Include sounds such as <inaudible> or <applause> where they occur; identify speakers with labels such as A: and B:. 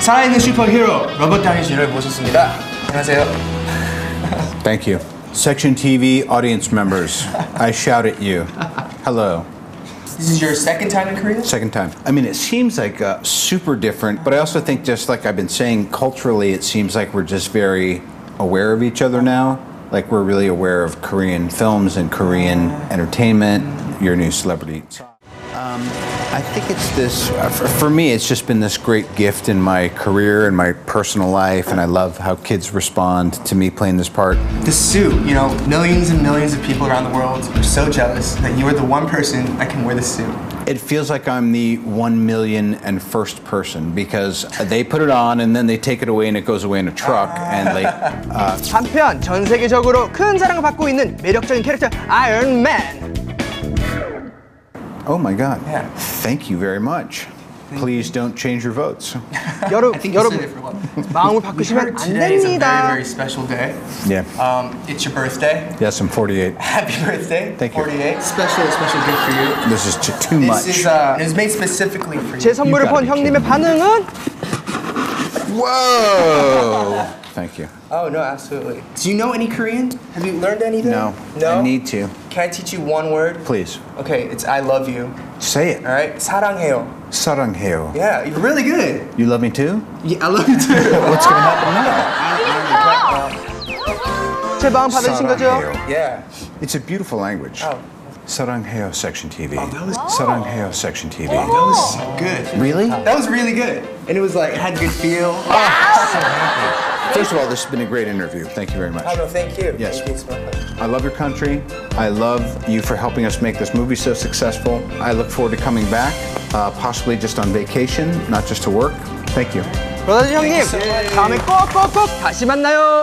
A: 살아있는 슈퍼히어로 로봇 다니시를 모셨습니다. 안녕하세요.
B: Thank you. Section TV audience members, I shout at you. Hello.
A: This is your second time in Korea?
B: Second time. I mean, it seems like uh, super different, but I also think, just like I've been saying, culturally, it seems like we're just very aware of each other now. Like, we're really aware of Korean films and Korean entertainment, your new celebrity. Um, I think it's this, uh, for, for me, it's just been this great gift in my career and my personal life, and I love how kids respond to me playing this part.
A: The suit, you know, millions and millions of people around the world are so jealous that you are the one person that can wear the suit.
B: It feels like I'm the one million and first person because they put it on and then they take it away and it goes away in a truck and
A: <laughs>
B: like
C: 한편 전 세계적으로 큰 사랑을 받고 있는 매력적인 캐릭터 아이언맨.
B: Oh my God.
A: Yeah.
B: Thank you very much. Please don't change your votes.
C: 여러,
A: I think you said it for
C: 여러분
A: what?
C: 마음을
A: We
C: 바꾸시면
A: heard
C: 안
A: today is a very,
C: 됩니다.
A: very special day.
B: Yeah.
A: Um, it's your birthday. <laughs>
B: yes, I'm 48.
A: Happy birthday.
B: Thank you.
A: 48. Special, special gift for you.
B: This is t- too much.
A: This is uh, it was made specifically for
C: 제
A: you.
C: 선물을
B: You gotta
C: 본
B: be
C: 형님의 반응은
A: <laughs>
B: Whoa! Thank you.
A: Oh no, absolutely. Do you know any Korean? Have you learned anything?
B: No.
A: No.
B: I need to.
A: Can I teach you one word?
B: Please
A: Okay, it's I love you.
B: say it.
A: All right, 사랑해요.
B: Sarangheo.
A: Yeah, you're really good.
B: You love me too?
A: Yeah, I love you too.
B: <laughs> What's gonna happen now?
C: 제 마음 받으신 거죠?
B: Sarangheo.
A: yeah.
B: It's a beautiful language.
A: Oh,
B: Sarangheo section TV.
A: Oh, that was-
B: Sarangheo section TV.
A: that was so good.
B: Really?
A: That was really good, and it was like it had good feel.
B: Ah. First of all, this has been a great interview. Thank you very
A: Oh
B: much.
A: no, thank you.
B: Yes.
A: Thank you. It's my pleasure.
B: I love your country. I love you for helping us make this movie so successful. I look forward to coming back, uh, possibly just on vacation, not just to work. Thank you.
C: 브라질 형님, 다음에 꼭꼭꼭 다시 만나요.